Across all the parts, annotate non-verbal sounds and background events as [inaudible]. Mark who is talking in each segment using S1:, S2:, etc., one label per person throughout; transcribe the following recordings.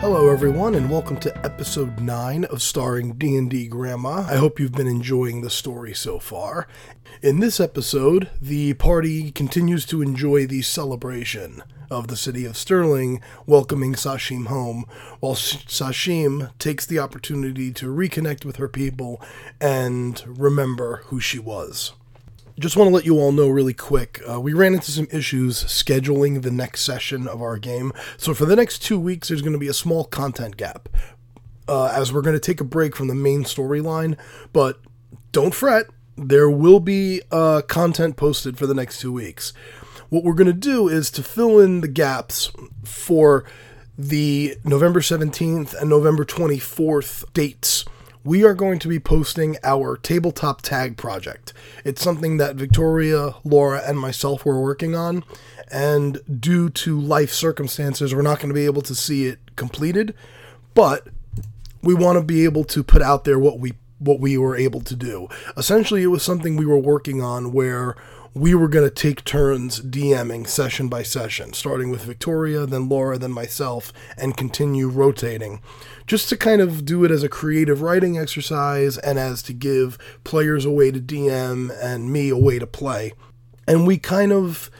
S1: Hello everyone and welcome to episode 9 of starring D&D Grandma. I hope you've been enjoying the story so far. In this episode, the party continues to enjoy the celebration of the city of Sterling welcoming Sashim home while S- Sashim takes the opportunity to reconnect with her people and remember who she was just want to let you all know really quick uh, we ran into some issues scheduling the next session of our game so for the next two weeks there's going to be a small content gap uh, as we're going to take a break from the main storyline but don't fret there will be uh, content posted for the next two weeks what we're going to do is to fill in the gaps for the november 17th and november 24th dates we are going to be posting our tabletop tag project. It's something that Victoria, Laura, and myself were working on, and due to life circumstances, we're not going to be able to see it completed, but we want to be able to put out there what we what we were able to do. Essentially, it was something we were working on where we were going to take turns DMing session by session, starting with Victoria, then Laura, then myself, and continue rotating, just to kind of do it as a creative writing exercise and as to give players a way to DM and me a way to play. And we kind of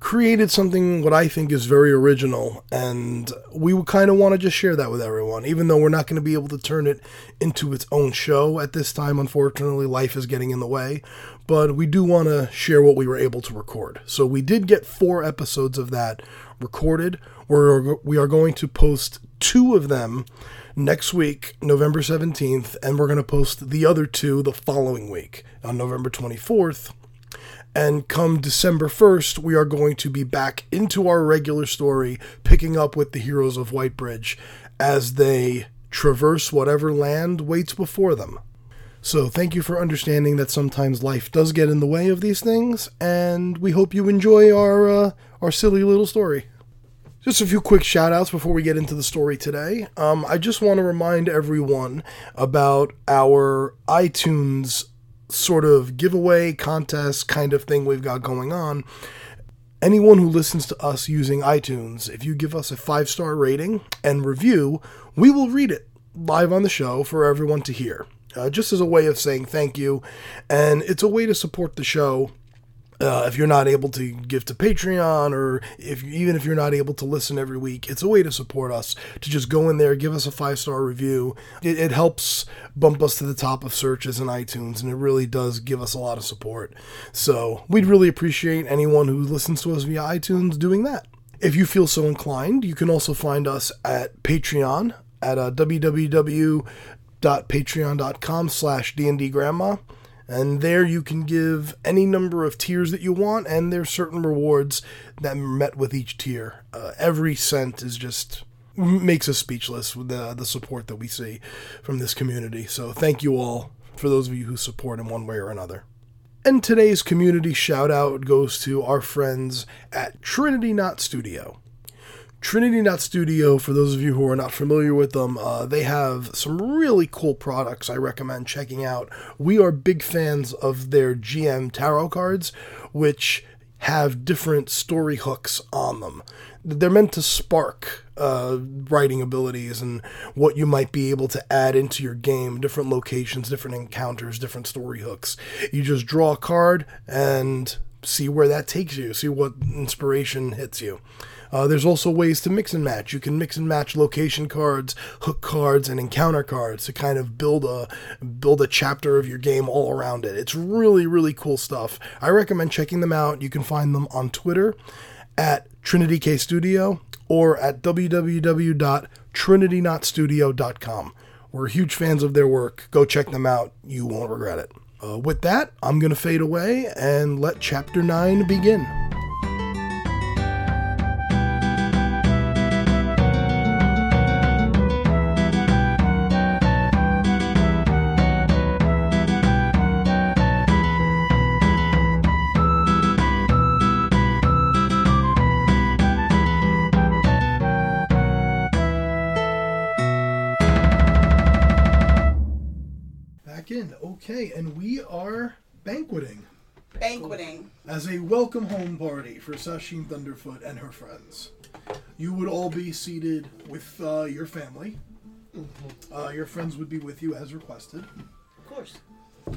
S1: created something what I think is very original, and we would kind of want to just share that with everyone, even though we're not going to be able to turn it into its own show at this time. Unfortunately, life is getting in the way, but we do want to share what we were able to record. So we did get four episodes of that recorded. We're, we are going to post two of them next week, November 17th, and we're going to post the other two the following week on November 24th. And come December 1st, we are going to be back into our regular story, picking up with the heroes of Whitebridge as they traverse whatever land waits before them. So, thank you for understanding that sometimes life does get in the way of these things, and we hope you enjoy our, uh, our silly little story. Just a few quick shout outs before we get into the story today. Um, I just want to remind everyone about our iTunes sort of giveaway contest kind of thing we've got going on. Anyone who listens to us using iTunes, if you give us a five star rating and review, we will read it live on the show for everyone to hear. Uh, just as a way of saying thank you, and it's a way to support the show uh, if you're not able to give to Patreon, or if even if you're not able to listen every week, it's a way to support us. To just go in there, give us a five star review. It, it helps bump us to the top of searches in iTunes, and it really does give us a lot of support. So we'd really appreciate anyone who listens to us via iTunes doing that. If you feel so inclined, you can also find us at Patreon at uh, www.patreon.com slash dndgrandma. And there you can give any number of tiers that you want, and there's certain rewards that are met with each tier. Uh, every cent is just makes us speechless with the, the support that we see from this community. So thank you all for those of you who support in one way or another. And today's community shout out goes to our friends at Trinity Knot Studio. Trinity Knot Studio, for those of you who are not familiar with them, uh, they have some really cool products I recommend checking out. We are big fans of their GM tarot cards, which have different story hooks on them. They're meant to spark uh, writing abilities and what you might be able to add into your game, different locations, different encounters, different story hooks. You just draw a card and see where that takes you, see what inspiration hits you. Uh, there's also ways to mix and match. You can mix and match location cards, hook cards, and encounter cards to kind of build a build a chapter of your game all around it. It's really really cool stuff. I recommend checking them out. You can find them on Twitter at Trinity K Studio or at www.trinitynotstudio.com. We're huge fans of their work. Go check them out. You won't regret it. Uh, with that, I'm going to fade away and let Chapter 9 begin. Back in. Okay, and we are banqueting
S2: Banqueting.
S1: as a welcome home party for Sasheen Thunderfoot and her friends. you would all be seated with uh, your family. Uh, your friends would be with you as requested.
S3: Of course.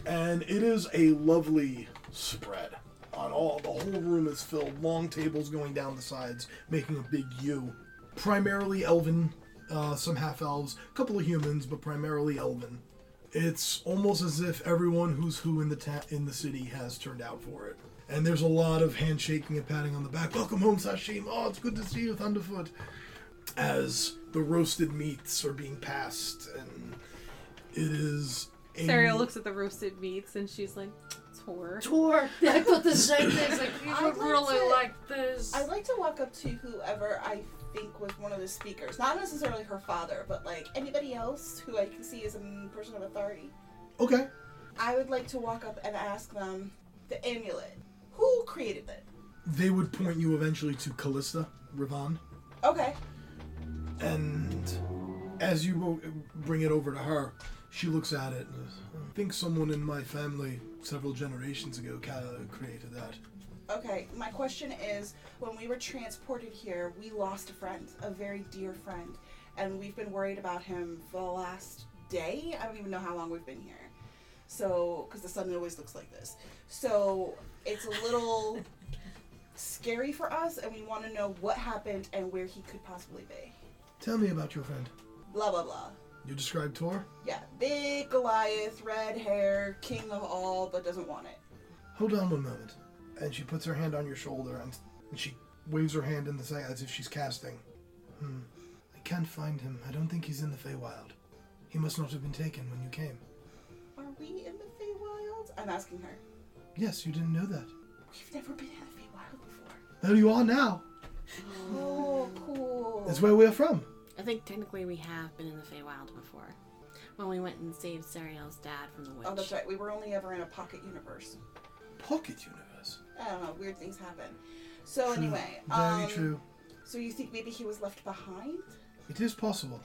S1: and it is a lovely spread on all the whole room is filled long tables going down the sides making a big u primarily elven uh, some half elves a couple of humans but primarily elven it's almost as if everyone who's who in the ta- in the city has turned out for it and there's a lot of handshaking and patting on the back welcome home sashim oh it's good to see you thunderfoot as the roasted meats are being passed and it is a-
S4: Sarah looks at the roasted meats and she's like, it's horror.
S3: Tour.
S5: I thought the same thing. It's like you
S2: I'd
S5: don't
S2: like
S5: really
S2: to-
S5: like this.
S2: I'd like to walk up to whoever I think was one of the speakers. Not necessarily her father, but like anybody else who I can see is a m- person of authority.
S1: okay
S2: I would like to walk up and ask them the amulet. Who created it?
S1: they would point you eventually to Callista Ravon,
S2: Okay.
S1: and as you wo- bring it over to her, she looks at it. and goes, I think someone in my family several generations ago ca- created that.
S2: Okay. My question is when we were transported here, we lost a friend, a very dear friend, and we've been worried about him for the last day. I don't even know how long we've been here. So, because the sun always looks like this. So, it's a little scary for us, and we want to know what happened and where he could possibly be.
S1: Tell me about your friend.
S2: Blah, blah, blah.
S1: You described Tor.
S2: Yeah, big Goliath, red hair, king of all, but doesn't want it.
S1: Hold on one moment. And she puts her hand on your shoulder and, and she waves her hand in the sand as if she's casting. Hmm. I can't find him. I don't think he's in the Feywild. He must not have been taken when you came.
S2: Are we in the Feywild? I'm asking her.
S1: Yes, you didn't know that.
S2: We've never been in the Feywild before.
S1: There you are now.
S2: Oh, cool.
S1: That's where we are from.
S6: I think technically we have been in the Feywild before. When we went and saved Serial's dad from the witch.
S2: Oh, that's right. We were only ever in a pocket universe.
S1: Pocket universe.
S2: I don't know. Weird things happen. So
S1: True.
S2: anyway,
S1: Very
S2: um,
S1: true.
S2: So you think maybe he was left behind?
S1: It is possible.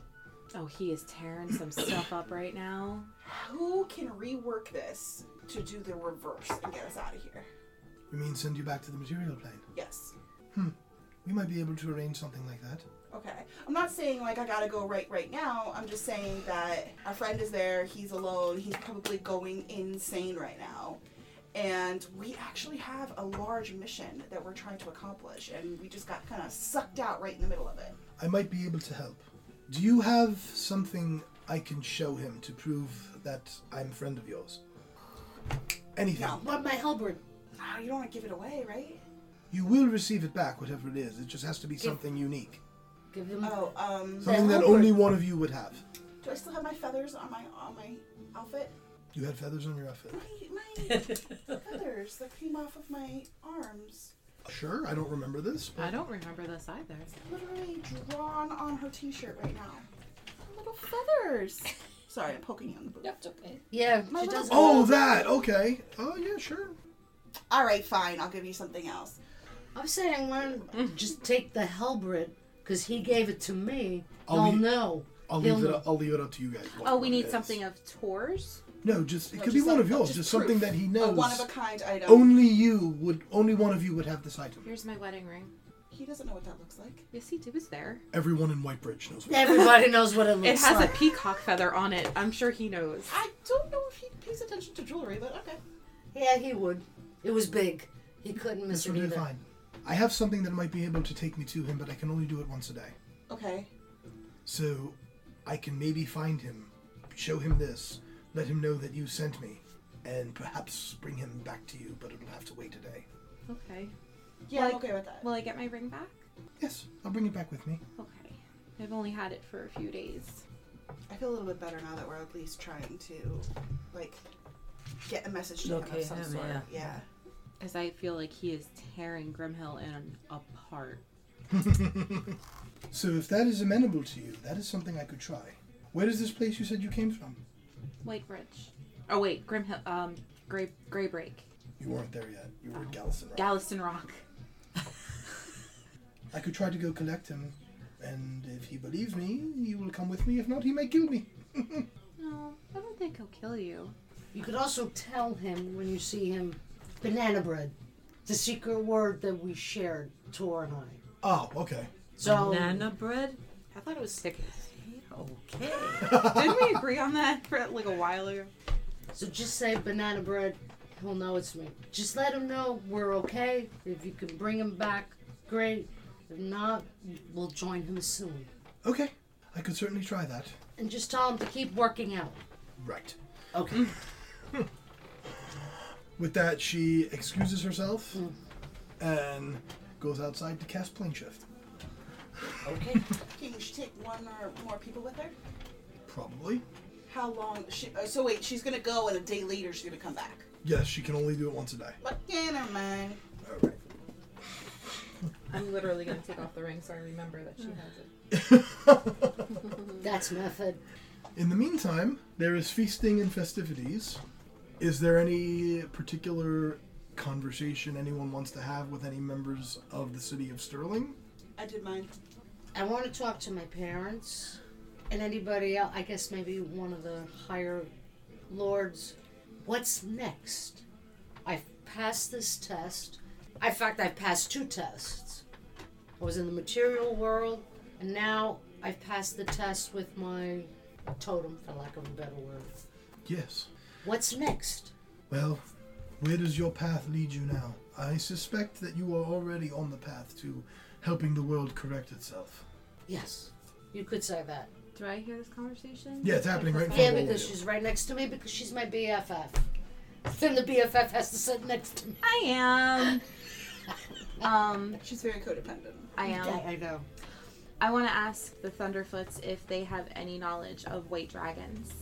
S3: Oh, he is tearing some stuff up right now.
S2: Who can rework this to do the reverse and get us out of here?
S1: We mean send you back to the material plane.
S2: Yes.
S1: We might be able to arrange something like that.
S2: Okay. I'm not saying like I gotta go right right now. I'm just saying that our friend is there. He's alone. He's probably going insane right now. And we actually have a large mission that we're trying to accomplish, and we just got kind of sucked out right in the middle of it.
S1: I might be able to help. Do you have something I can show him to prove that I'm a friend of yours? Anything.
S2: No.
S6: What my halberd?
S2: Ah, you don't want to give it away, right?
S1: You will receive it back, whatever it is. It just has to be something unique.
S6: Give
S5: Mm.
S6: him.
S2: Oh, um,
S1: Something that
S6: halberd.
S1: only one of you would have.
S2: do I still have my feathers on my on my outfit?
S1: You had feathers on your outfit.
S2: My, my feathers that came off of my arms,
S1: Sure, I don't remember this.
S4: I don't remember this either.
S2: literally drawn on her T-shirt right now. Little feathers. Sorry, I'm poking you on the boob.
S5: That's okay.
S6: Yeah,
S2: My
S6: she
S2: little-
S6: does.
S1: Oh, that! Okay. Oh, yeah, sure.
S2: All right, fine. I'll give you something else.
S5: I'm saying one, just take the halberd because he gave it to me.
S1: I'll
S5: I'll
S1: leave-
S5: know.
S1: I'll
S5: He'll
S1: leave it.
S5: know.
S1: Up, I'll leave it up to you guys. what-
S4: Oh, we
S1: what
S4: need
S1: it is.
S4: something of Tor's?
S1: No, just it
S2: No,
S1: could
S2: just
S1: be one
S2: like-
S1: of yours.
S2: just
S1: Just, something
S2: proof.
S1: that he
S2: A
S1: knows. Oh,
S2: one of a kind item.
S1: Only you would. Only one of you would have this item.
S4: Here's my wedding ring.
S2: He doesn't know what that looks like.
S4: Yes, he was there.
S1: Everyone in Whitebridge knows. What
S5: Everybody knows what it
S4: It
S5: looks
S4: has a
S5: like.
S4: peacock feather on it. I'm sure he knows.
S2: I don't know if he pays attention to jewelry, but okay.
S5: yeah, he would. It was big. He couldn't miss
S1: this
S5: it
S1: would be
S5: either.
S1: fine. I have something that might be able to take me to him, but I can only do it once a day.
S2: Okay.
S1: So, I can maybe find him, show him this, let him know that you sent me, and perhaps bring him back to you. But it'll have to wait a day.
S4: Okay.
S2: Yeah, I'm
S4: Like-
S2: okay with that.
S4: Will I get my ring back?
S1: Yes, I'll bring it back with me. [laughs]
S4: Okay. I've only had it for a few days.
S2: I feel a little bit better now that we're at least trying to, like, get a message to him
S5: Locate
S2: of some
S5: him,
S2: sort.
S5: yeah.
S2: yeah.
S4: Because I feel like he is tearing Grimhill in apart.
S1: So, if that is amenable to you, that is something I could try. Where is this place you said you came from?
S4: White Ridge. Oh wait, Grimhill. Um, Gray Gray Break.
S1: You weren't there yet. You were at Gallison Rock.
S4: Galveston Rock.
S1: I could try to go collect him, and if he believes me, he will come with me. If not, he may kill me.
S4: No, I don't think he'll kill you.
S5: You could also tell him when you see him banana bread, the secret word that we shared, Tor and I.
S1: Oh, okay.
S5: So
S7: Banana bread?
S4: I thought it was Snickers.
S7: Okay.
S4: [laughs] Didn't we agree on that for like a while ago?
S5: So just say banana bread. He'll know it's me. Just let him know we're okay. If you can bring him back, great. If not, we'll join him soon.
S1: Okay, I could certainly try that.
S5: And just tell him to keep working out.
S1: Right.
S5: Okay.
S1: With that, she excuses herself and goes outside to cast plane shift.
S2: [laughs]
S5: okay.
S2: Can she take one or more people with her?
S1: Probably.
S2: How long? She, uh, so wait, she's gonna go, and a day later she's gonna come back.
S1: Yes, she can only do it once a day.
S2: But yeah, never mind.
S1: All right.
S8: I'm literally gonna take off the ring so I remember that she has it.
S5: That's method.
S1: [laughs] In the meantime, there is feasting and festivities. Is there any particular conversation anyone wants to have with any members of the city of Sterling?
S2: I did mine.
S5: I want to talk to my parents and anybody else. I guess maybe one of the higher lords. What's next? I've passed this test. In fact, I've passed two tests. I was in the material world, and now I've passed the test with my totem, for lack of a better word.
S1: Yes.
S5: What's next?
S1: Well, where does your path lead you now? I suspect that you are already on the path to helping the world correct itself.
S5: Yes, you could say that.
S4: Do I hear this conversation?
S1: Yeah, it's happening right in front
S5: Yeah,
S1: of all of
S5: because
S1: you.
S5: she's right next to me because she's my BFF. Then the BFF has to sit next to me.
S4: I am. Um,
S2: She's very codependent.
S4: I am.
S5: I know.
S4: I want to ask the Thunderfoots if they have any knowledge of white dragons.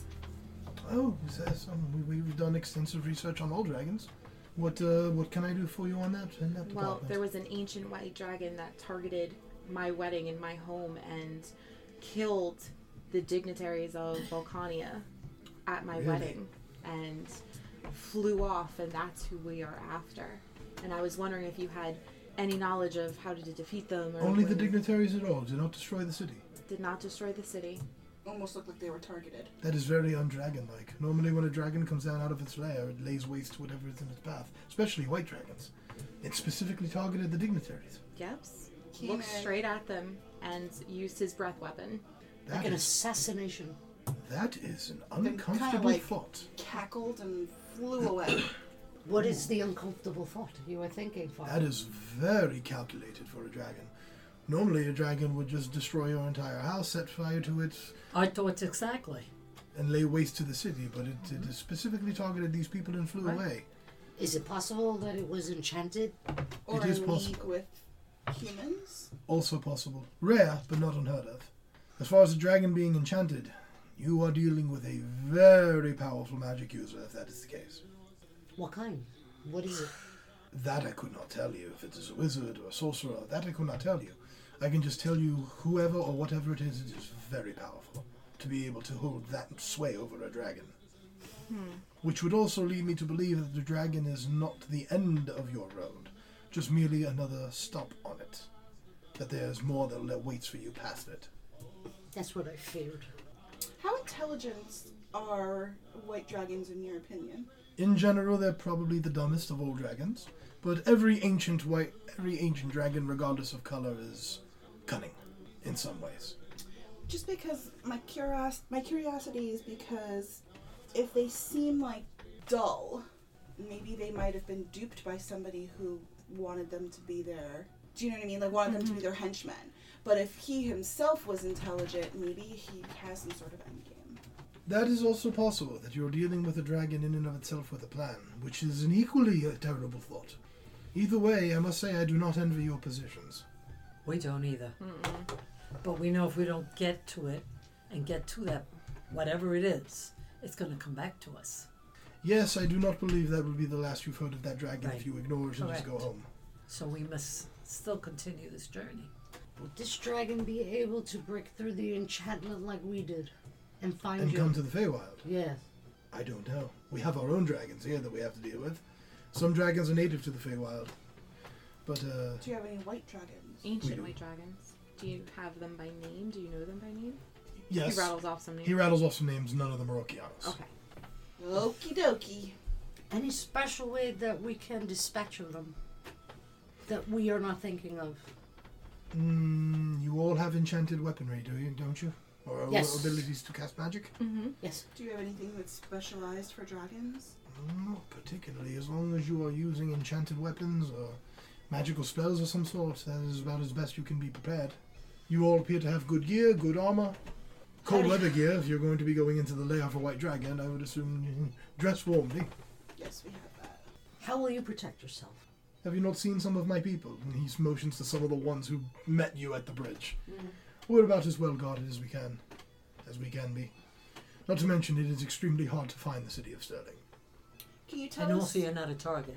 S1: Oh, is that some- we- we've done extensive research on all dragons. What uh, what can I do for you on that? In that
S4: Well,
S1: department?
S4: there was an ancient white dragon that targeted my wedding and my home and killed the dignitaries of Volcania at my
S1: Really?
S4: wedding and flew off, and that's who we are after. And I was wondering if you had any knowledge of how to defeat them. Or
S1: Only the
S4: when-
S1: dignitaries at all do not destroy the city.
S4: did not destroy the city.
S2: Almost looked like they were targeted.
S1: That is very undragon-like. Normally, when a dragon comes down out of its lair, it lays waste to whatever is in its path, especially white dragons. It specifically targeted the dignitaries.
S4: Yep.
S2: Came
S4: Looked
S2: in.
S4: straight at them and used his breath weapon.
S1: That
S5: Like an
S1: is
S5: assassination.
S1: that is an
S2: kinda
S1: uncomfortable
S2: like-
S1: thought.
S2: Cackled and flew away.
S5: What is the uncomfortable thought you were thinking, Father?
S1: That is very calculated for a dragon. Normally, a dragon would just destroy your entire house, set fire to it,
S7: I thought exactly.
S1: and lay waste to the city, but it, it specifically targeted these people and flew away.
S5: Is it possible that it was enchanted?
S2: Or
S1: is
S2: in league
S1: possible.
S2: with humans.
S1: Also possible. Rare, but not unheard of. As far as the dragon being enchanted, you are dealing with a very powerful magic user if that is the case.
S5: What kind? What is it?
S1: That I could not tell you if it is a wizard or a sorcerer. That I could not tell you. I can just tell you whoever or whatever it is, it is very powerful to be able to hold that sway over a dragon. Which would also lead me to believe that the dragon is not the end of your road, just merely another stop on it. That there's more that that waits for you past it.
S5: That's what I feared.
S2: How intelligent are white dragons in your opinion?
S1: In general, they're probably the dumbest of all dragons, but every ancient white, every ancient dragon, regardless of color, is cunning in some ways.
S2: Just because my curios- my curiosity is because if they seem like dull, maybe they might have been duped by somebody who wanted them to be their do you know what I mean? Like wanted them
S7: Mm-hmm.
S2: to be their henchmen. But if he himself was intelligent, maybe he has some sort of end game.
S1: That is also possible that you're dealing with a dragon in and of itself with a plan, which is an equally uh, terrible thought. Either way, I must say I do not envy your positions.
S7: We don't either. But we know if we don't get to it and get to that, whatever it is, it's going to come back to us.
S1: Yes, I do not believe that will be the last you've heard of that dragon if
S7: Right.
S1: you ignore it and just go
S7: Correct.
S1: home.
S7: So we must still continue this journey.
S5: Would this dragon be able to break through the enchantment like we did and find
S1: And
S5: you?
S1: come to the Feywild.
S5: yes.
S1: I don't know. We have our own dragons here that we have to deal with. Some dragons are native to the Feywild. But, uh,
S2: Do you have any white dragons?
S1: We
S4: Ancient
S1: do.
S4: white dragons. Do you have them by name? Do you know them by name?
S1: yes.
S4: He rattles off some names.
S1: he rattles off some names, none of them are Okeanos.
S4: okay.
S2: Okie dokie.
S5: Any special way that we can dispatch of them that we are not thinking of?
S1: Mm, you all have enchanted weaponry, do you? Don't you? Or
S5: Yes.
S1: abilities to cast magic?
S4: Mm-hmm.
S5: Yes.
S2: Do you have anything that's specialized for dragons?
S1: Not particularly. As long as you are using enchanted weapons or magical spells of some sort, that is about as best you can be prepared. You all appear to have good gear, good armor, cold
S5: Howdy.
S1: weather gear. If you're going to be going into the lair of a white dragon, I would assume [laughs] you can dress warmly.
S2: Yes, we have that.
S5: How will you protect yourself?
S1: Have you not seen some of my people? And he motions to some of the ones who met you at the bridge. We're about as well guarded as we can, as we can be. Not to mention, it is extremely hard to find the city of Sterling.
S2: Can you tell
S7: And
S2: us?
S7: also, you're not a target.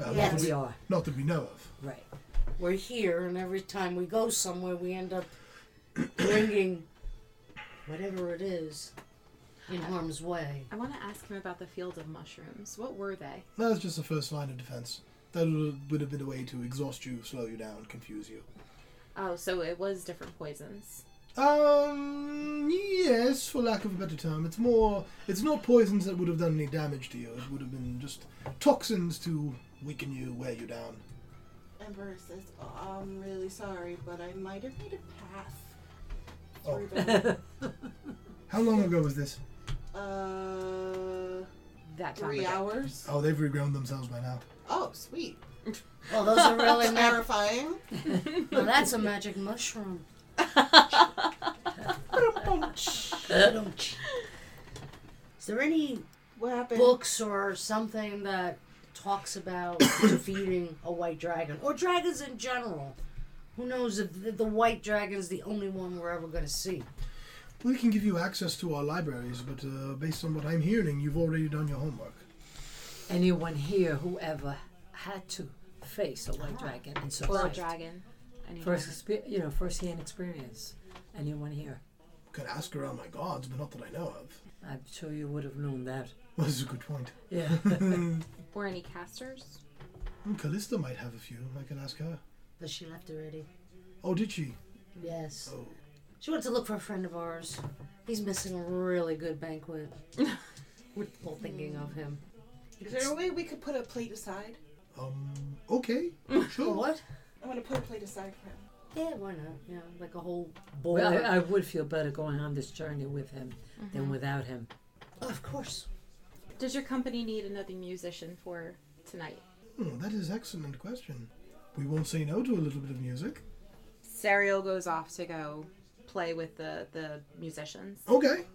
S1: Uh,
S5: Yes.
S1: not, that
S7: We
S1: we,
S7: are.
S1: not that we know of.
S7: Right. [laughs]
S5: We're here, and every time we go somewhere, we end up bringing whatever it is in harm's way.
S9: I want to ask him about the field of mushrooms. What were they?
S1: That was just the first line of defense. That would- would have been a way to exhaust you, slow you down, confuse you.
S9: Oh, so it was different poisons.
S1: Um, yes, for lack of a better term. It's more, it's not poisons that would have done any damage to you. It would have been just toxins to weaken you, wear you down.
S2: Emperor says, oh, I'm really sorry, but I might have made a path
S1: Oh. [laughs]
S2: through the
S1: How long ago was this?
S2: uh,
S9: That time
S2: three
S9: ago.
S2: hours.
S1: Oh, they've regrown themselves by now.
S2: Oh, sweet.
S5: Well, those
S2: [laughs]
S5: are really mag-
S2: Terrifying.
S5: well, that's a magic mushroom. Is there any
S2: What happened?
S5: books or something that talks about [coughs] defeating a white dragon or dragons in general? Who knows if the, the white dragon's the only one we're ever going to see?
S1: We can give you access to our libraries, but uh, based on what I'm hearing, you've already done your homework.
S7: Anyone here, whoever had to face a white
S2: Ah.
S7: dragon and
S9: Or a
S7: survived.
S9: dragon. Anyone.
S7: First, expe- you know, first-hand experience. Anyone here?
S1: Could ask around my guards, but not that I know of.
S7: I'm sure you would have known that.
S1: Well, this is a good point.
S7: Yeah.
S9: Or any casters?
S1: Hmm, Callista might have a few. I could ask her.
S5: But she left already.
S1: Oh, did she?
S5: Yes.
S1: Oh.
S5: She went to look for a friend of ours. He's missing a really
S2: [laughs]
S5: good banquet. We're all thinking of him.
S2: Is there a way we could put a plate aside?
S1: Um, okay.
S5: Oh,
S1: Sure.
S5: what?
S2: I'm gonna put a plate aside for him.
S5: Yeah, why not? Yeah, like a whole bowl.
S7: well, I, I would feel better going on this journey with him than without him.
S5: of course.
S9: Does your company need another musician for tonight?
S1: Hmm, that is excellent question. We won't say no to a little bit of music.
S9: Serial goes off to go play with the, the musicians.
S1: Okay.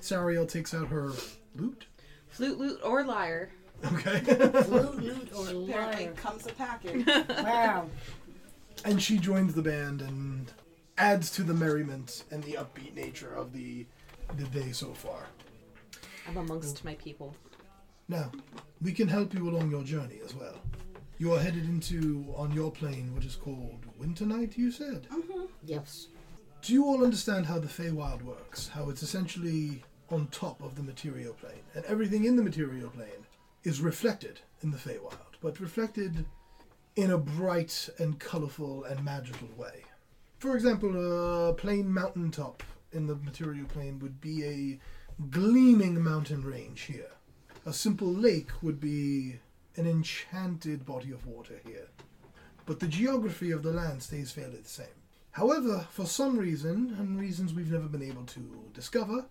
S1: Sariel takes out her lute.
S9: Flute, lute, or lyre.
S5: [laughs]
S1: Okay.
S5: Blue, nude,
S2: [laughs]
S5: or
S2: Apparently,
S5: liar.
S2: comes a package. [laughs]
S5: Wow.
S1: and she joins the band and adds to the merriment and the upbeat nature of the the day so far.
S9: I'm amongst my people.
S1: Now, we can help you along your journey as well. You are headed into on your plane what is called Winter Night, you said.
S2: Mm-hmm.
S5: Yes.
S1: Do you all understand how the Feywild works? How it's essentially on top of the material plane, and everything in the material plane is reflected in the Feywild, but reflected in a bright and colorful and magical way. For example, a plain mountaintop in the material plane would be a gleaming mountain range here. A simple lake would be an enchanted body of water here. But the geography of the land stays fairly the same. However, for some reason, and reasons we've never been able to discover,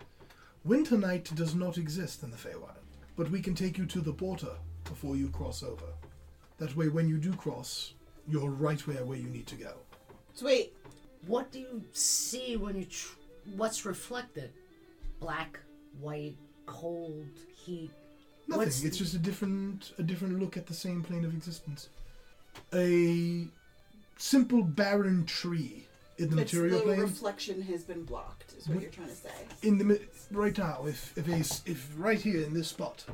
S1: winter night does not exist in the Feywild. But we can take you to the border before you cross over. That way, when you do cross, you're right where, where you need to go.
S2: Sweet.
S5: What do you see when you? Tr- what's reflected? Black, white, cold, heat.
S1: Nothing.
S5: What's-
S1: it's just a different a different look at the same plane of existence. A simple barren tree in the
S2: it's
S1: material
S2: the
S1: plane.
S2: reflection has been blocked. Is what you're trying to say.
S1: in the mi- right now, if if a s if right here in this spot,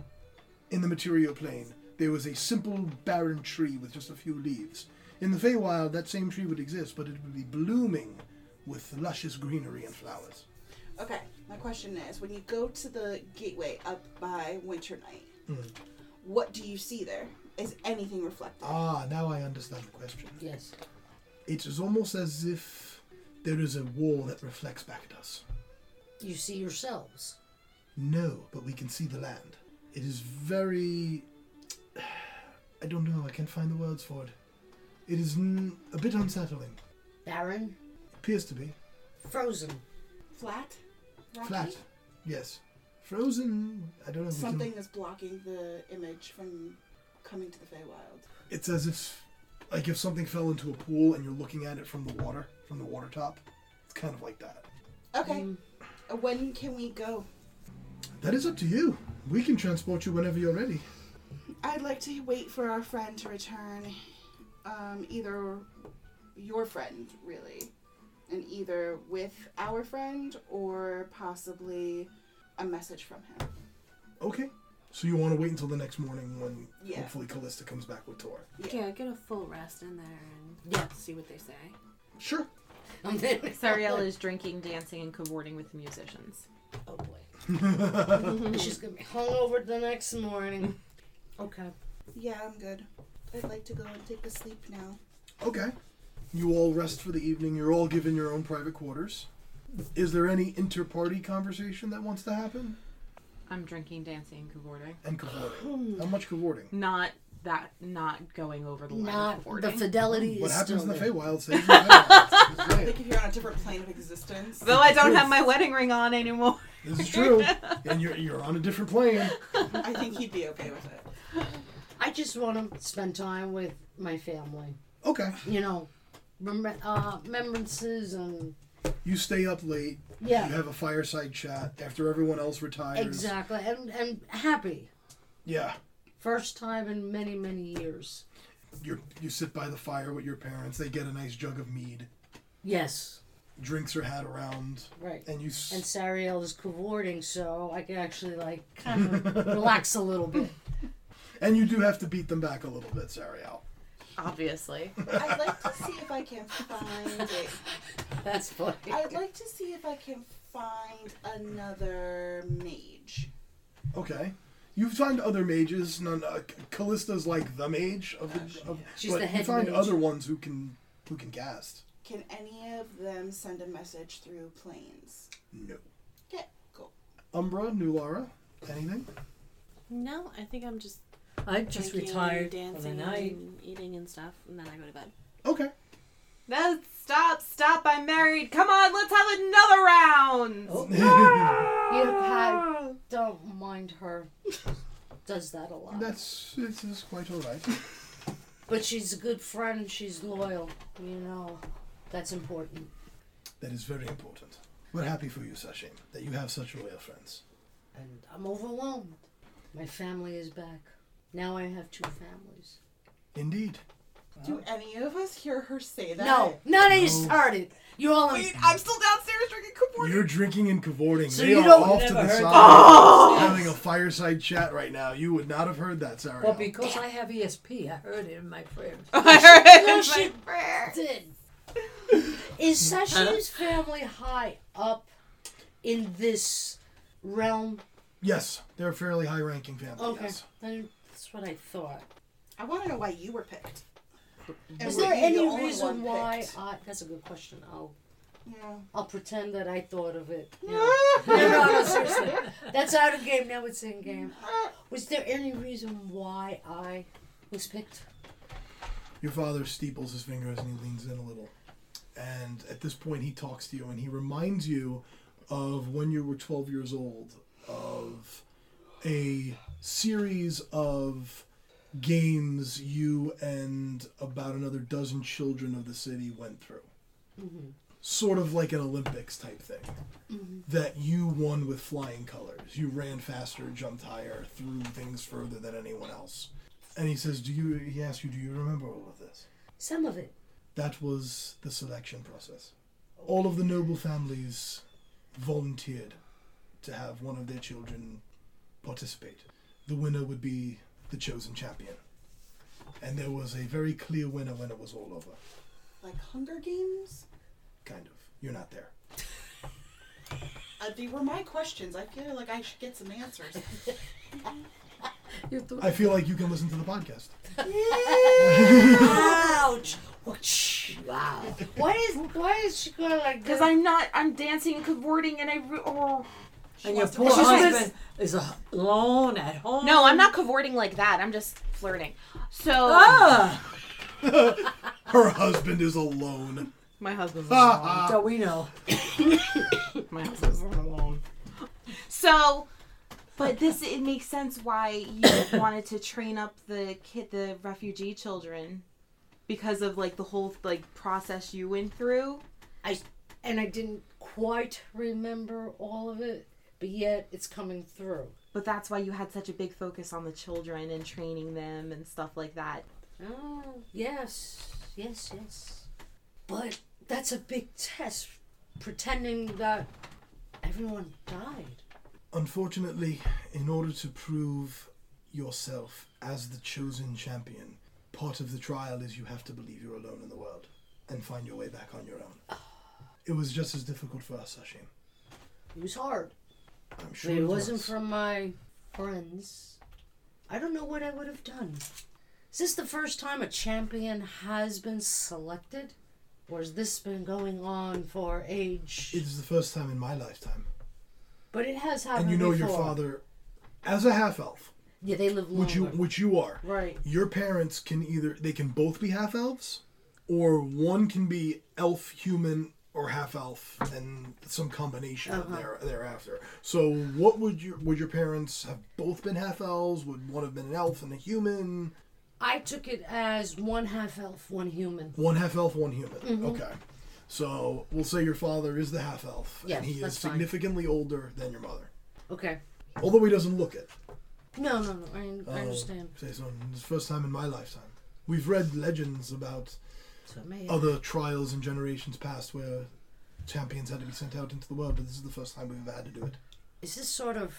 S1: in the material plane, there was a simple barren tree with just a few leaves. In the Feywild, that same tree would exist, but it would be blooming with luscious greenery and flowers.
S2: Okay. My question is, when you go to the gateway up by Winter Night,
S1: Mm-hmm.
S2: what do you see there? Is anything reflected?
S1: Ah, now I understand the question.
S5: Yes.
S1: It is almost as if there is a wall that reflects back at us.
S5: You see yourselves.
S1: No, but we can see the land. It is very. [sighs] I don't know, I can't find the words for it. It is n- a bit unsettling.
S5: barren,
S1: Appears to be.
S5: frozen.
S2: Flat? Rocky?
S1: Flat. Yes. Frozen. I don't know. If we can-
S2: Something is blocking the image from coming to the Feywild.
S1: It's as if, like, if something fell into a pool and you're looking at it from the water, from the water top. It's kind of like that.
S2: Okay. Uh, When can we go?
S1: That is up to you. We can transport you whenever you're ready.
S2: I'd like to wait for our friend to return. Um, either your friend, really. And either with our friend or possibly a message from him.
S1: Okay. So you want to wait until the next morning when
S2: Yeah.
S1: hopefully Callista comes back with Tor.
S9: Yeah, get a full rest in there and
S7: Yeah.
S9: see what they say.
S1: Sure.
S10: Sariel is drinking, dancing, and cavorting with the musicians.
S5: Oh boy. She's gonna be hungover the next morning. Okay.
S2: Yeah, I'm good. I'd like to go and take a sleep now.
S1: Okay. You all rest for the evening. You're all given your own private quarters. Is there any inter-party conversation that wants to happen?
S10: I'm drinking, dancing, and cavorting.
S1: And
S2: [sighs]
S1: cavorting. How much cavorting?
S10: Not that, not going over the line.
S5: Not
S10: of cavorting.
S5: the fidelity
S1: What
S5: is
S1: happens
S5: still
S1: in the
S5: there.
S1: Feywild stays in the Feywild. Just
S2: I
S5: [laughs]
S1: saying.
S2: think if you're on a different plane of existence.
S10: Though I don't have my wedding ring on anymore.
S1: This is true. And you're, you're on a different plane.
S2: I think he'd be okay with it.
S5: I just want to spend time with my family.
S1: Okay.
S5: You know, remem- uh, remembrances and
S1: You stay up late.
S5: yeah,
S1: You have a fireside chat after everyone else retires.
S5: exactly. And and happy.
S1: Yeah.
S5: First time in many many years.
S1: You you sit by the fire with your parents. They get a nice jug of mead.
S5: Yes.
S1: Drinks are had around,
S5: Right.
S1: and you s-
S5: and Sariel is cavorting, so I can actually like
S1: [laughs]
S5: kind of relax a little bit.
S1: and you do have to beat them back a little bit, Sariel.
S10: [laughs] Obviously.
S2: I'd like
S1: [laughs]
S2: to see if I can find it.
S5: That's funny.
S2: I'd like to see if I can find another mage.
S1: Okay. You find other mages. None. Uh, C- Callista's like the mage of the. of,
S5: Ah, She's
S1: but
S5: the
S1: you
S5: head
S1: find
S5: mage.
S1: other ones who can who can cast.
S2: Can any of them send a message through planes?
S1: No.
S2: Yeah, cool.
S1: Umbra, Nulara, anything?
S9: No, I think I'm just
S7: I just
S9: drinking,
S7: retired for the
S9: dancing,
S7: night.
S9: and eating and stuff, and then I go to bed.
S1: Okay.
S10: No, stop, stop, I'm married. Come on, let's have another round.
S5: You know, Pat, don't mind her. Does that a lot.
S1: That's this is quite all right.
S5: But she's a good friend and she's loyal. You know, that's important.
S1: That is very important. We're happy for you, Sashim, that you have such loyal friends.
S5: And I'm overwhelmed. My family is back. Now I have two families.
S1: Indeed.
S2: Do any of us hear her say that?
S5: No, none of you started. You all.
S2: Wait, I'm still downstairs drinking Kapoor.
S1: You're drinking and cavorting.
S5: So
S1: they
S5: you
S1: are
S5: don't-
S1: off to
S7: Never
S1: the
S7: heard
S1: side [laughs]
S7: that.
S1: having a fireside chat right now. You would not have heard that, Sarah.
S7: Well, because I have ESP, I heard it in my prayers.
S10: I heard it in
S5: No,
S10: my
S5: she-
S10: prayer.
S5: did. Is Sashim's family high up in this realm?
S1: yes, they're a fairly high-ranking family.
S5: Okay,
S1: Yes.
S5: then that's what I thought.
S2: I want to know why you were picked. And
S5: Is
S2: were
S5: there
S2: you the
S5: any
S2: only
S5: reason
S2: one
S5: why
S2: picked?
S5: I? That's a good question. I'll
S2: Yeah.
S5: I'll pretend that I thought of it. you know.
S2: [laughs]
S5: no, no, no, seriously. That's out of game. Now it's in game. Was there any reason why I was picked?
S1: Your father steeples his fingers and he leans in a little. And at this point, he talks to you and he reminds you of when you were 12 years old, of a series of games you and about another dozen children of the city went through. Sort of like an Olympics type thing. That you won with flying colors. You ran faster, jumped higher, threw things further than anyone else. And he says, "Do you?" He asks you, "Do you remember all of this?"
S5: Some of it.
S1: That was the selection process. All of the noble families volunteered to have one of their children participate. The winner would be the chosen champion. And there was a very clear winner when it was all over.
S2: Like Hunger Games?
S1: Kind of. You're not there.
S2: Uh, they were my questions. I feel like I should get some answers.
S1: I feel like you can listen to the podcast. [laughs]
S5: [laughs] Ouch! Whoosh. Wow. Why is why is she going like
S10: Because
S5: that?
S10: I'm not, I'm dancing and cavorting and I. re- Oh.
S7: and your poor
S10: It's just
S7: husband is alone at home.
S10: No, I'm not cavorting like that. I'm just flirting. So.
S7: Ah,
S1: Her husband is alone.
S10: My husband.
S1: Ah,
S7: So we know.
S10: My husband's not alone.
S4: So, but this it makes sense why you wanted to train up the kid, the refugee children, because of like the whole like process you went through.
S5: I and I didn't quite remember all of it, but yet it's coming through.
S4: But that's why you had such a big focus on the children and training them and stuff like that.
S5: Oh, yes, yes, yes. But that's a big test, pretending that everyone died.
S1: Unfortunately, in order to prove yourself as the chosen champion, part of the trial is you have to believe you're alone in the world and find your way back on your
S5: Ah.
S1: own. It was just as difficult for us, Hashim.
S5: It was hard.
S1: I'm sure
S5: But it
S1: was.
S5: wasn't for my friends. I don't know what I would have done. Is this the first time a champion has been selected? Or has this been going on for age?
S1: It is the first time in my lifetime,
S5: but it has happened
S1: and you know your
S5: before.
S1: father, as a half elf,
S5: Yeah, they live longer.
S1: which you which you are.
S5: right.
S1: Your parents can either they can both be half elves, or one can be elf human or half elf and some combination of
S5: Uh-huh.
S1: there, thereafter. So what would your would your parents have both been half elves? Would one have been an elf and a human?
S5: I took it as one half elf, one human.
S1: One half elf, one human.
S5: Mm-hmm.
S1: Okay. So we'll say your father is the half elf,
S5: Yeah,
S1: and he is
S5: that's fine.
S1: significantly older than your mother,
S5: Okay.
S1: although he doesn't look it.
S5: No, no, no. I, I understand.
S1: Say so. It's the first time in my lifetime. We've read legends about
S5: So it may-
S1: other trials in generations past where champions had to be sent out into the world, but this is the first time we've ever had to do it.
S5: Is this sort of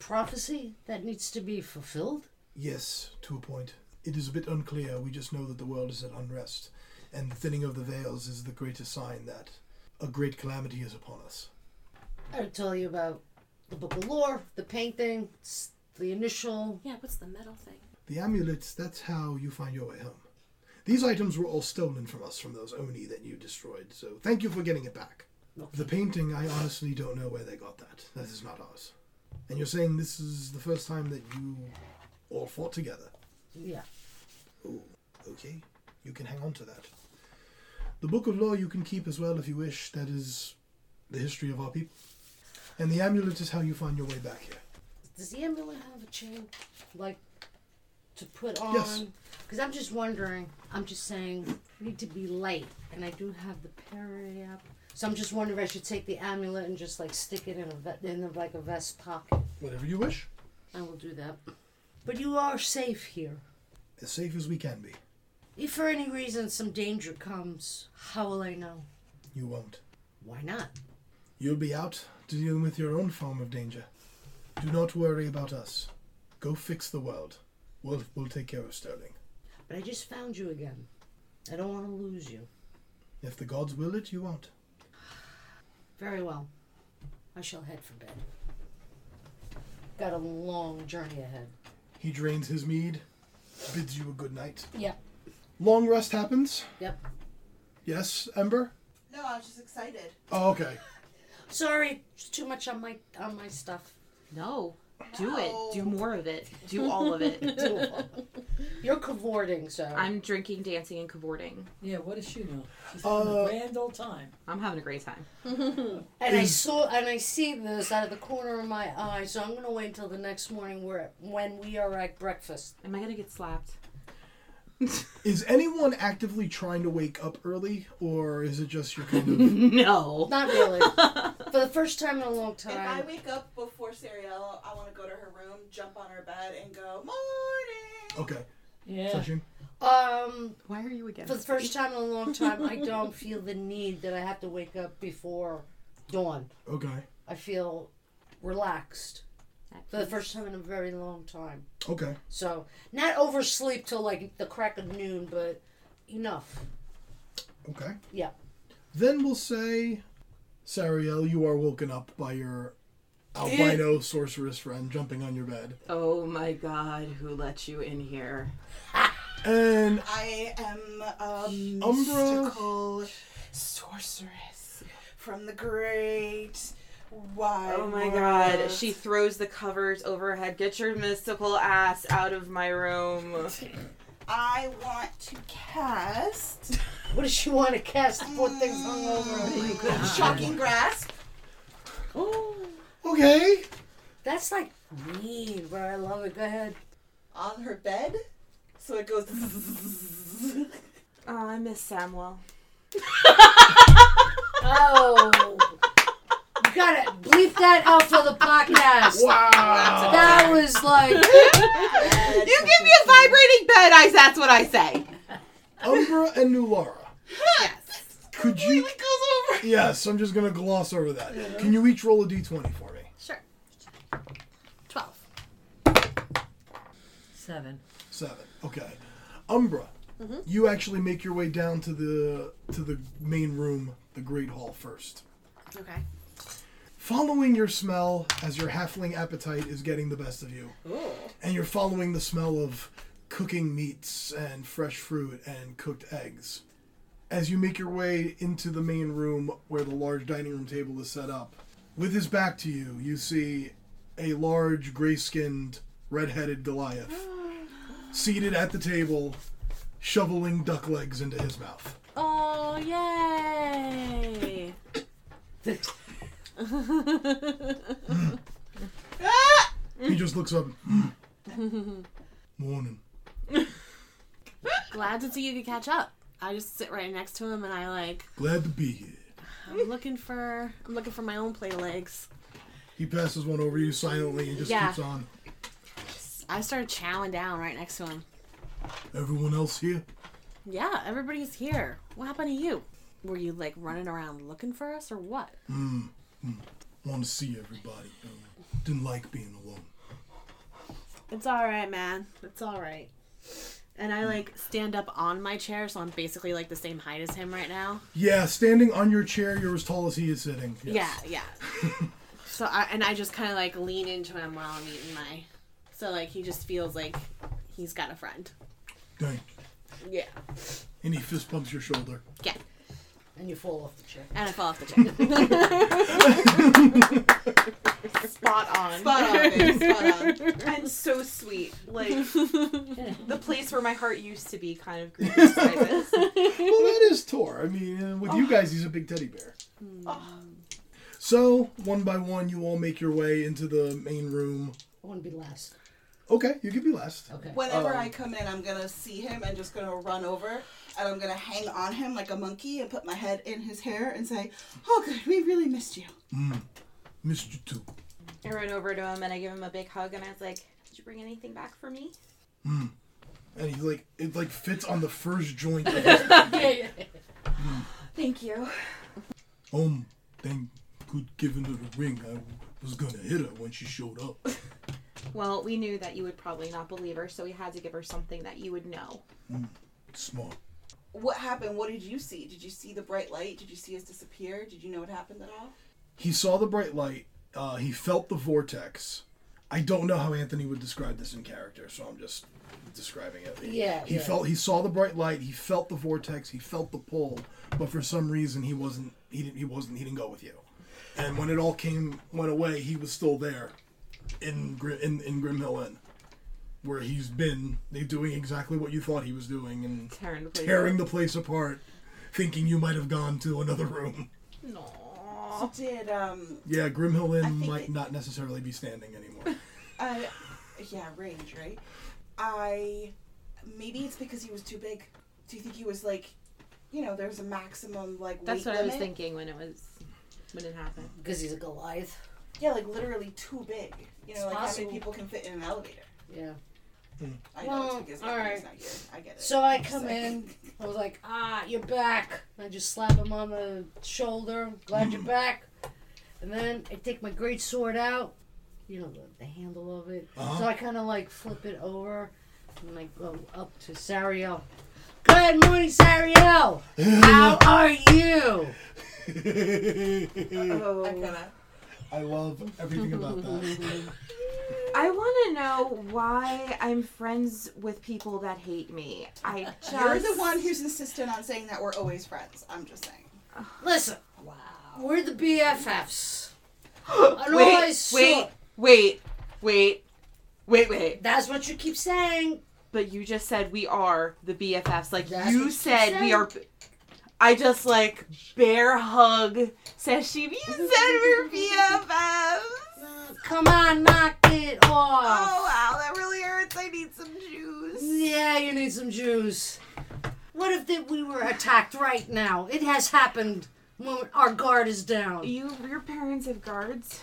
S5: prophecy that needs to be fulfilled?
S1: Yes, to a point. It is a bit unclear. We just know that the world is at unrest, and the thinning of the veils is the greatest sign that a great calamity is upon us.
S5: I would tell you about the book of lore, the painting, s- the initial.
S9: Yeah, what's the metal thing?
S1: The amulets, that's how you find your way home. These items were all stolen from us from those Oni that you destroyed, so thank you for getting it back. The painting, I honestly don't know where they got that. That is not ours. And you're saying this is the first time that you all fought together?
S5: Yeah.
S1: Okay, you can hang on to that. The Book of Law you can keep as well if you wish. That is the history of our people. And the amulet is how you find your way back here.
S5: Does the amulet have a chain, like, to put on?
S1: Yes.
S5: Because I'm just wondering. I'm just saying, I need to be light, and I do have the parry up. So I'm just wondering if I should take the amulet and just like stick it in a ve- in like a vest pocket.
S1: Whatever you wish.
S5: I will do that. But you are safe here.
S1: As safe as we can be.
S5: If for any reason some danger comes, how will I know?
S1: You won't.
S5: Why not?
S1: You'll be out dealing with your own form of danger. Do not worry about us. Go fix the world. We'll, we'll take care of Sterling.
S5: But I just found you again. I don't want to lose you.
S1: If the gods will it, you won't.
S5: Very well. I shall head for bed. Got a long journey ahead.
S1: He drains his mead, bids you a good night.
S5: Yep.
S1: Long rest happens.
S5: Yep.
S1: Yes, Ember?
S2: No, I was just excited.
S1: Oh, okay.
S5: Sorry, it's too much on my on my stuff.
S4: No, do it. Do more of it. Do all of
S5: [laughs]
S4: it.
S5: You're cavorting, so
S4: I'm drinking, dancing, and cavorting.
S7: Yeah, what does she know? She's
S1: Uh,
S7: having a grand old time.
S4: I'm having a great time.
S5: and I saw and I see this out of the corner of my eye. So I'm gonna wait until the next morning where when we are at breakfast.
S4: Am I gonna get slapped?
S1: Is anyone actively trying to wake up early, or is it just your kind of?
S4: No.
S5: Not really. for the first time in a long
S2: If I
S5: time.
S2: wake up before Seriella, I want to go to her room, jump on her bed, and go morning.
S1: okay,
S7: Yeah.
S1: Sashin?
S5: um,
S4: Why are you against?
S5: for the first time in a long time, I don't feel the need that I have to wake up before dawn.
S1: Okay,
S5: I feel relaxed for the first time in a very long time.
S1: okay.
S5: So not oversleep till like the crack of noon, but enough.
S1: Okay.
S5: Yeah.
S1: Then we'll say, Sariel, you are woken up by your albino sorceress friend jumping on your bed.
S10: Oh my god, who let you in here?
S1: And
S2: I am a
S1: Umbra-
S2: mystical sorceress from the great wide.
S10: Oh my
S2: world.
S10: god. She throws the covers over her head. Get your mystical ass out of my room.
S2: I want to cast
S10: [laughs]
S5: What does she [laughs] want to cast? Poor thing's hung over.
S2: Shocking Grasp.
S1: Okay.
S5: That's like mean, bro. I love it. Go ahead.
S2: on her bed, so it goes.
S4: Oh, I miss Samuel.
S5: Oh. You gotta bleep that out for the podcast.
S1: Wow.
S5: That was like
S4: You give me a vibrating bed, I, that's what I say.
S1: Umbra and New Lara. Could you?
S4: goes over.
S1: Yes, I'm just gonna gloss over that. Can you each roll a d20 for me?
S9: Sure. 12.
S7: Seven.
S1: Seven. Okay. Umbra, you actually make your way down to the to the main room, the great hall first.
S9: Okay.
S1: Following your smell as your halfling appetite is getting the best of you, and you're following the smell of cooking meats and fresh fruit and cooked eggs. As you make your way into the main room where the large dining room table is set up, with his back to you, you see a large, gray skinned, red headed Goliath seated at the table, shoveling duck legs into his mouth.
S9: Oh, yay!
S1: He just looks up. "Mm." Morning.
S9: [laughs] Glad to see you could catch up. I just sit right next to him and I like
S1: Glad to be here.
S9: I'm looking for I'm looking for my own play legs.
S1: He passes one over you silently and just
S9: Yeah.
S1: keeps on.
S9: I started chowing down right next to him.
S1: Everyone else here?
S9: Yeah, everybody's here. What happened to you? Were you like running around looking for us or what?
S1: Want to see everybody. Um, Didn't like being alone.
S9: It's all right, man. It's all right. And I like stand up on my chair, so I'm basically like the same height as him right now.
S1: Yeah, standing on your chair, you're as tall as he is sitting. Yes.
S9: Yeah, yeah. so I and I just kind of like lean into him while I'm eating my. So like he just feels like he's got a friend.
S1: Dang.
S9: Yeah.
S1: And he fist bumps your
S9: [laughs]
S1: shoulder. [laughs]
S9: Yeah.
S5: and you fall off the chair.
S9: And I fall off the chair.
S1: [laughs]
S9: [laughs]
S4: Spot on.
S2: Spot on, babe, spot on.
S4: [laughs] and so sweet. [laughs] Like the place where my heart used to be kind of greedy. sizes.
S1: well, that is Tor. I mean, uh, with you guys, he's a big teddy bear.
S5: Hmm.
S2: Oh.
S1: So, one by one, you all make your way into the main room.
S5: I want to be last.
S1: Okay, you could be last.
S5: Okay.
S2: Whenever
S1: Um,
S2: I come in, I'm gonna see him and just gonna run over and I'm gonna hang on him like a monkey and put my head in his hair and say, "Oh, good, we really missed you."
S1: Missed you too.
S4: [laughs] I run over to him and I give him a big hug and I was like, "Did you bring anything back for me?"
S1: And he like it like fits on the first joint.
S5: [laughs]
S1: of his- Hmm.
S4: Thank you.
S1: um, thank good giving her the ring. I was gonna hit her when she showed up.
S4: Well, we knew that you would probably not believe her, so we had to give her something that you would know.
S1: Smart.
S2: What happened? What did you see? Did you see the bright light? Did you see us disappear? Did you know what happened at all?
S1: He saw the bright light. Uh, he felt the vortex. I don't know how Anthony would describe this in character, so I'm just describing it. He-
S5: Yeah,
S1: He
S5: yeah.
S1: felt. He saw the bright light. He felt the vortex. He felt the pull. But for some reason, he wasn't. He didn't. He wasn't. He didn't go with you. And when it all came, went away, he was still there, in Gri- in in Grimhill Inn, where he's been they doing exactly what you thought he was doing and
S4: Taryn, please.
S1: tearing the place apart, thinking you might have gone to another room.
S4: No.
S2: Did um,
S1: Yeah, Grimhill
S2: I
S1: Inn
S2: think
S1: might
S2: it-
S1: not necessarily be standing anymore.
S2: I, yeah, range, right? I, maybe it's because he was too big. Do you think he was like, you know, there's a maximum like
S4: That's
S2: weight
S4: what I was
S2: limit?
S4: thinking when it was when it happened.
S5: Because he's a Goliath.
S2: Yeah, like literally too big. You know,
S5: It's
S2: like how
S5: possible.
S2: many people can fit in an elevator?
S5: Yeah.
S2: I
S5: Well,
S2: know it's because
S5: all
S2: Anthony's
S5: right.
S2: not here. I get it.
S5: So I come in. I was like, ah, you're back. And I just slap him on the shoulder. Glad you're back. And then I take my great sword out. You know, the, the handle of it.
S1: Uh-huh.
S5: So I kind of like flip it over. And I go up to Sariel. Good morning, Sariel. How are you?
S2: I kinda,
S1: [laughs] I love everything about
S2: [laughs]
S1: that.
S4: I want to know why I'm friends with people that hate me. I just
S2: you're the one who's insistent on saying that we're always friends. I'm just saying.
S5: Listen. Wow. We're the BFFs.
S4: [gasps]
S5: And all I
S4: wait,
S5: saw-
S4: wait, wait, wait, wait, wait.
S5: That's what you keep saying.
S4: But you just said we are the BFFs. Like
S5: That's what
S4: you
S5: she
S4: said, we
S5: said.
S4: are. b- I just like bear hug sashimi. You said we're BFFs.
S5: [laughs] Uh, come on, knock it off.
S10: Oh wow, that really hurts. I need some juice.
S5: Yeah, you need some juice. What if that we were attacked right now? It has happened when our guard is down.
S4: You, your parents have guards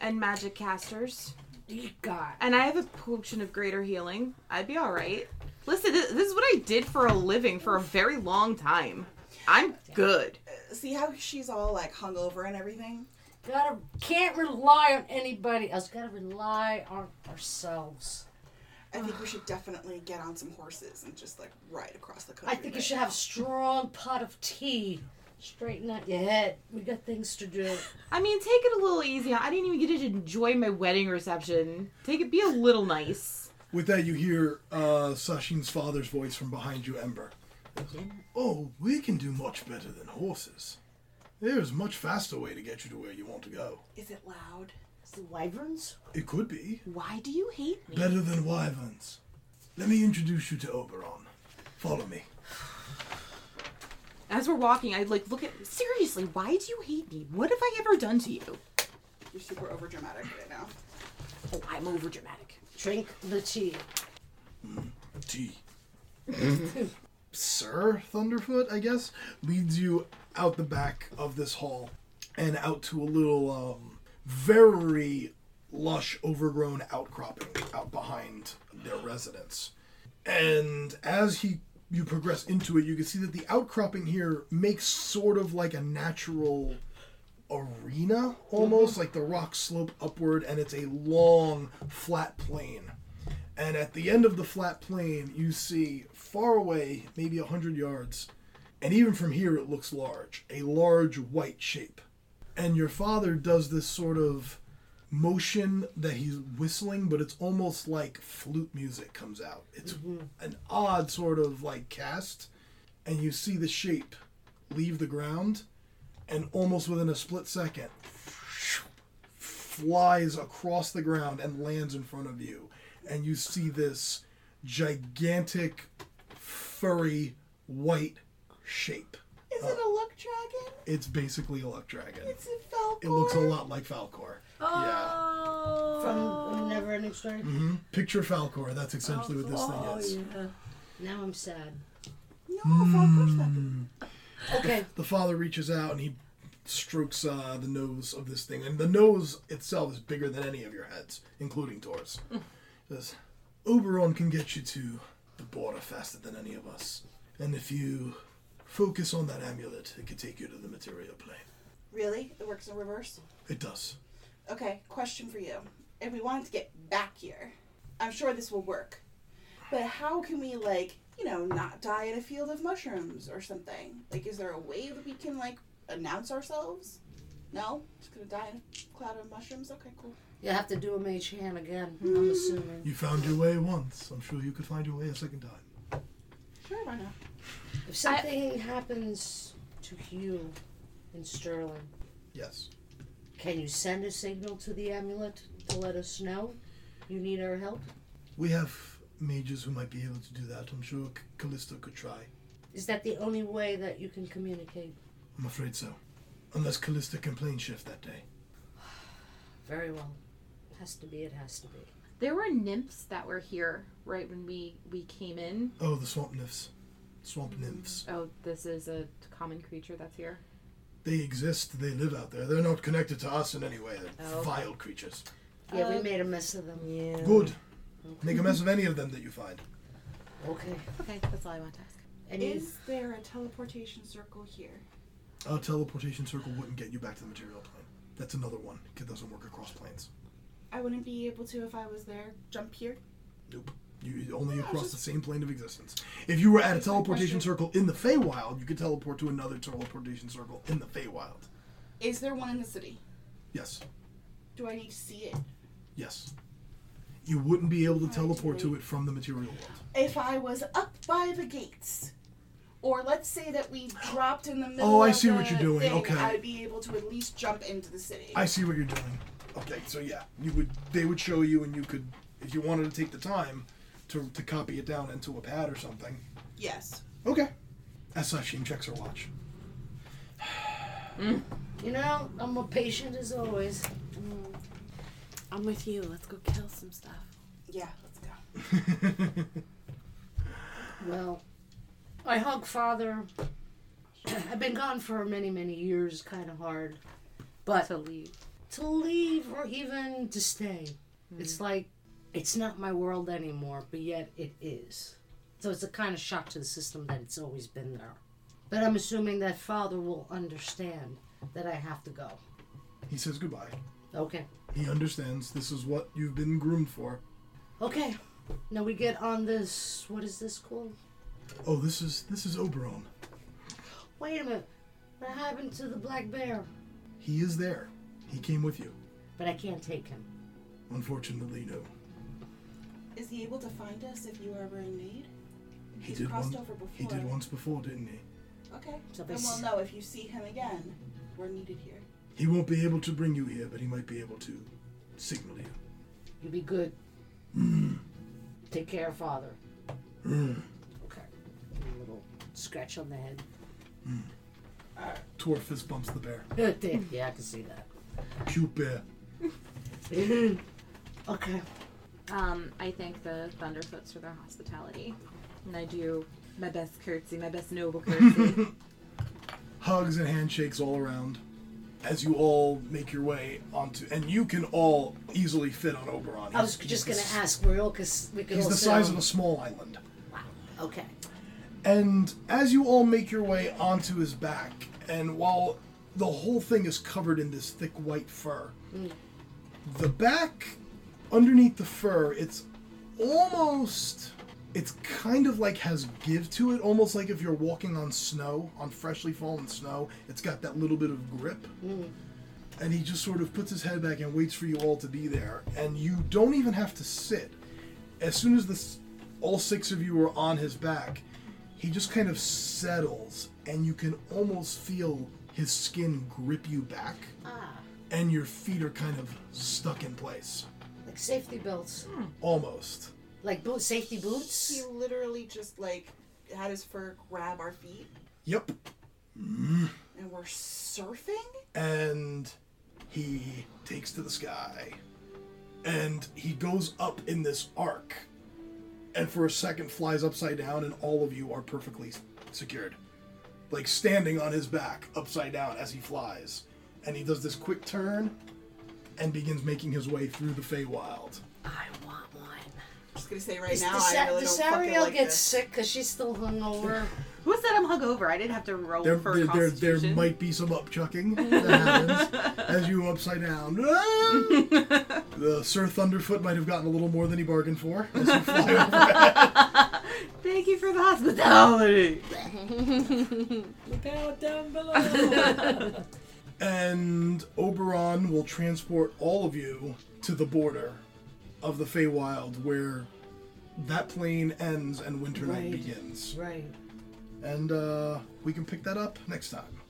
S4: and magic casters,
S5: You got
S4: and I have a potion of greater healing. I'd be all right. Listen, this, this is what I did for a living for a very long time. I'm good.
S2: See how she's all like hungover and everything?
S5: gotta can't rely on anybody else. Gotta rely on ourselves.
S2: I think we should definitely get on some horses and just like ride across the country.
S5: I think you should have a strong pot of tea. Straighten out your head. We got things to do.
S4: I mean, take it a little easy. I didn't even get to enjoy my wedding reception. Take it, be a little nice.
S1: With that, you hear uh, Sashin's father's voice from behind you, Ember. Oh, we can do much better than horses. There's a much faster way to get you to where you want to go.
S2: Is it loud?
S5: It's the wyverns?
S1: It could be
S4: Why do you hate me?
S1: better than wyverns. Let me introduce you to Oberon. Follow me.
S4: As we're walking, I like look at seriously. Why do you hate me? What have I ever done to you?
S2: You're super overdramatic right now.
S4: Oh, I'm over dramatic.
S5: Drink the tea.
S1: Tea. Sir Thunderfoot, I guess, leads you out the back of this hall and out to a little, um, very lush, overgrown outcropping out behind their residence. And as he you progress into it, you can see that the outcropping here makes sort of like a natural arena almost like the rocks slope upward and it's a long flat plain and at the end of the flat plain you see far away maybe a hundred yards and even from here it looks large a large white shape and your father does this sort of motion that he's whistling but it's almost like flute music comes out it's an odd sort of like cast and you see the shape leave the ground and almost within a split second flies across the ground and lands in front of you and you see this gigantic furry white shape Uh,
S2: Is it a luck dragon?
S1: it's basically a luck dragon
S2: Is it Falcor? Oh.
S1: it looks a lot like falcor yeah
S5: From Never Ending Story?
S1: hmm picture falcor that's essentially what this thing
S7: Oh,
S1: is
S7: yeah.
S5: Now I'm sad.
S2: No, Falcor's not good.
S5: Okay.
S1: the father reaches out and he strokes uh, the nose of this thing, and the nose itself is bigger than any of your heads, including Tor's. Says, Oberon can get you to the border faster than any of us, and if you focus on that amulet, it can take you to the material plane.
S2: Really? It works in reverse?
S1: It does.
S2: Okay, question for you. If we wanted to get back here, I'm sure this will work. But how can we, like, you know, not die in a field of mushrooms or something? Like, is there a way that we can, like, announce ourselves? No? Just gonna die in a cloud of mushrooms? Okay, cool.
S5: You have to do a mage hand again, I'm assuming.
S1: You found your way once. I'm sure you could find your way a second time.
S2: Sure, why not?
S5: If something happens to Hugh in Sterling,
S1: Yes.
S5: can you send a signal to the amulet to let us know you need our help?
S1: We have mages who might be able to do that. I'm sure C- Callisto could try.
S5: Is that the only way that you can communicate?
S1: I'm afraid so. Unless Callista can plane shift that day.
S5: Very well. Has to be, it has to be.
S4: There were nymphs that were here right when we we came in.
S1: Oh, the swamp nymphs. Swamp nymphs.
S4: Oh, this is a common creature that's here.
S1: They exist. They live out there. They're not connected to us in any way. They're
S4: Oh.
S1: vile creatures.
S5: Yeah,
S4: Uh,
S5: we made a mess of them.
S4: Yeah.
S1: Good. Make a mess of any of them that you find.
S5: Okay.
S4: Okay, that's all I want to ask.
S5: And you-
S2: Is there a teleportation circle here?
S1: Our teleportation circle wouldn't get you back to the material plane. That's another one. It doesn't work across planes.
S2: I wouldn't be able to if I was there. Jump here?
S1: Nope. You only across the same plane of existence. If you were at a
S2: Just a
S1: teleportation
S2: question.
S1: circle in the Feywild, you could teleport to another teleportation circle in the Feywild.
S2: Is there one in the city?
S1: Yes.
S2: Do I need to see it?
S1: Yes. You wouldn't be able to teleport to it from the material world.
S2: If I was up by the gates, or let's say that we dropped in the middle
S1: Oh, I
S2: of
S1: see
S2: the
S1: what you're doing,
S2: thing,
S1: okay.
S2: I'd be able to at least jump into the city.
S1: I see what you're doing. Okay, so yeah, you would they would show you, and you could, if you wanted to take the time, to, to copy it down into a pad or something.
S2: Yes.
S1: Okay. As such, she checks her watch. [laughs]
S5: You know, I'm a patient as always.
S9: I'm with you. Let's go kill some stuff.
S2: Yeah, let's go.
S5: Well, I hug father. [clears throat] I've been gone for many, many years, kind of hard. But
S4: to leave.
S5: to leave or even to stay. It's like it's not my world anymore, but yet it is. So it's a kind of shock to the system that it's always been there. But I'm assuming that father will understand that I have to go.
S1: He says goodbye.
S5: Okay.
S1: He understands this is what you've been groomed for.
S5: Okay. Now we get on this what is this called?
S1: Oh, this is this is Oberon.
S5: Wait a minute. What happened to the black bear?
S1: He is there. He came with you.
S5: But I can't take him.
S1: Unfortunately, no.
S2: Is he able to find us if you are ever in need?
S1: He
S2: He's
S1: did
S2: crossed
S1: one.
S2: over before.
S1: He did once before, didn't he?
S2: Okay.
S5: So
S2: then we'll
S5: basi-
S2: know if you see him again. We're needed here.
S1: He won't be able to bring you here, but he might be able to signal you.
S5: You be good. Take care, father. okay. A little scratch on the head. [laughs]
S1: Tor fist bumps the bear.
S5: Good thing. Yeah, I can see that.
S1: Cute bear.
S5: [laughs] okay.
S4: Um, I thank the Thunderfoots for their hospitality, and I do my best curtsy, my
S2: [laughs]
S4: best noble curtsy.
S1: Hugs and handshakes all around as you all make your way onto. And you can all easily fit on Oberon.
S5: I was
S1: He's-
S5: just
S1: he's
S5: gonna
S1: the s-
S5: ask. We're all cause we could
S1: He's
S5: all
S1: the
S5: sit
S1: size
S5: on-
S1: of a small island.
S5: Okay.
S1: And as you all make your way onto his back, and while the whole thing is covered in this thick white fur, the back underneath the fur, it's almost it's kind of like has give to it, almost like if you're walking on snow, on freshly fallen snow, it's got that little bit of grip. And he just sort of puts his head back and waits for you all to be there. And you don't even have to sit. As soon as this, all six of you are on his back, he just kind of settles and you can almost feel his skin grip you back and your feet are kind of stuck in place
S5: Like safety belts.
S1: almost
S5: Like boot safety
S2: He
S5: boots.
S2: literally just like had his fur grab our feet,
S1: yep
S2: and we're surfing.
S1: and he takes to the sky and he goes up in this arc and for a second flies upside down and all of you are perfectly s- secured like standing on his back upside down as he flies and he does this quick turn and begins making his way through the Feywild.
S9: I want one.
S2: I'm just gonna say right
S5: Does
S2: now,
S5: Sa-
S2: I really
S5: does
S2: don't fucking
S5: Ariel
S2: like
S5: get
S2: this.
S5: sick because she's still hungover?
S4: Who said I'm hungover? I didn't have to roll
S1: There,
S4: for
S1: there, there, there
S4: constitution.
S1: might be some upchucking that happens
S4: [laughs]
S1: as you upside down. the Sir Thunderfoot might have gotten a little more than he bargained for. as you fly over.
S4: Thank you for the hospitality.
S7: Look out down below.
S1: and Oberon will transport all of you to the border of the Feywild, where that plane ends and Winter Night
S5: Right.
S1: begins.
S5: right.
S1: And uh, we can pick that up next time.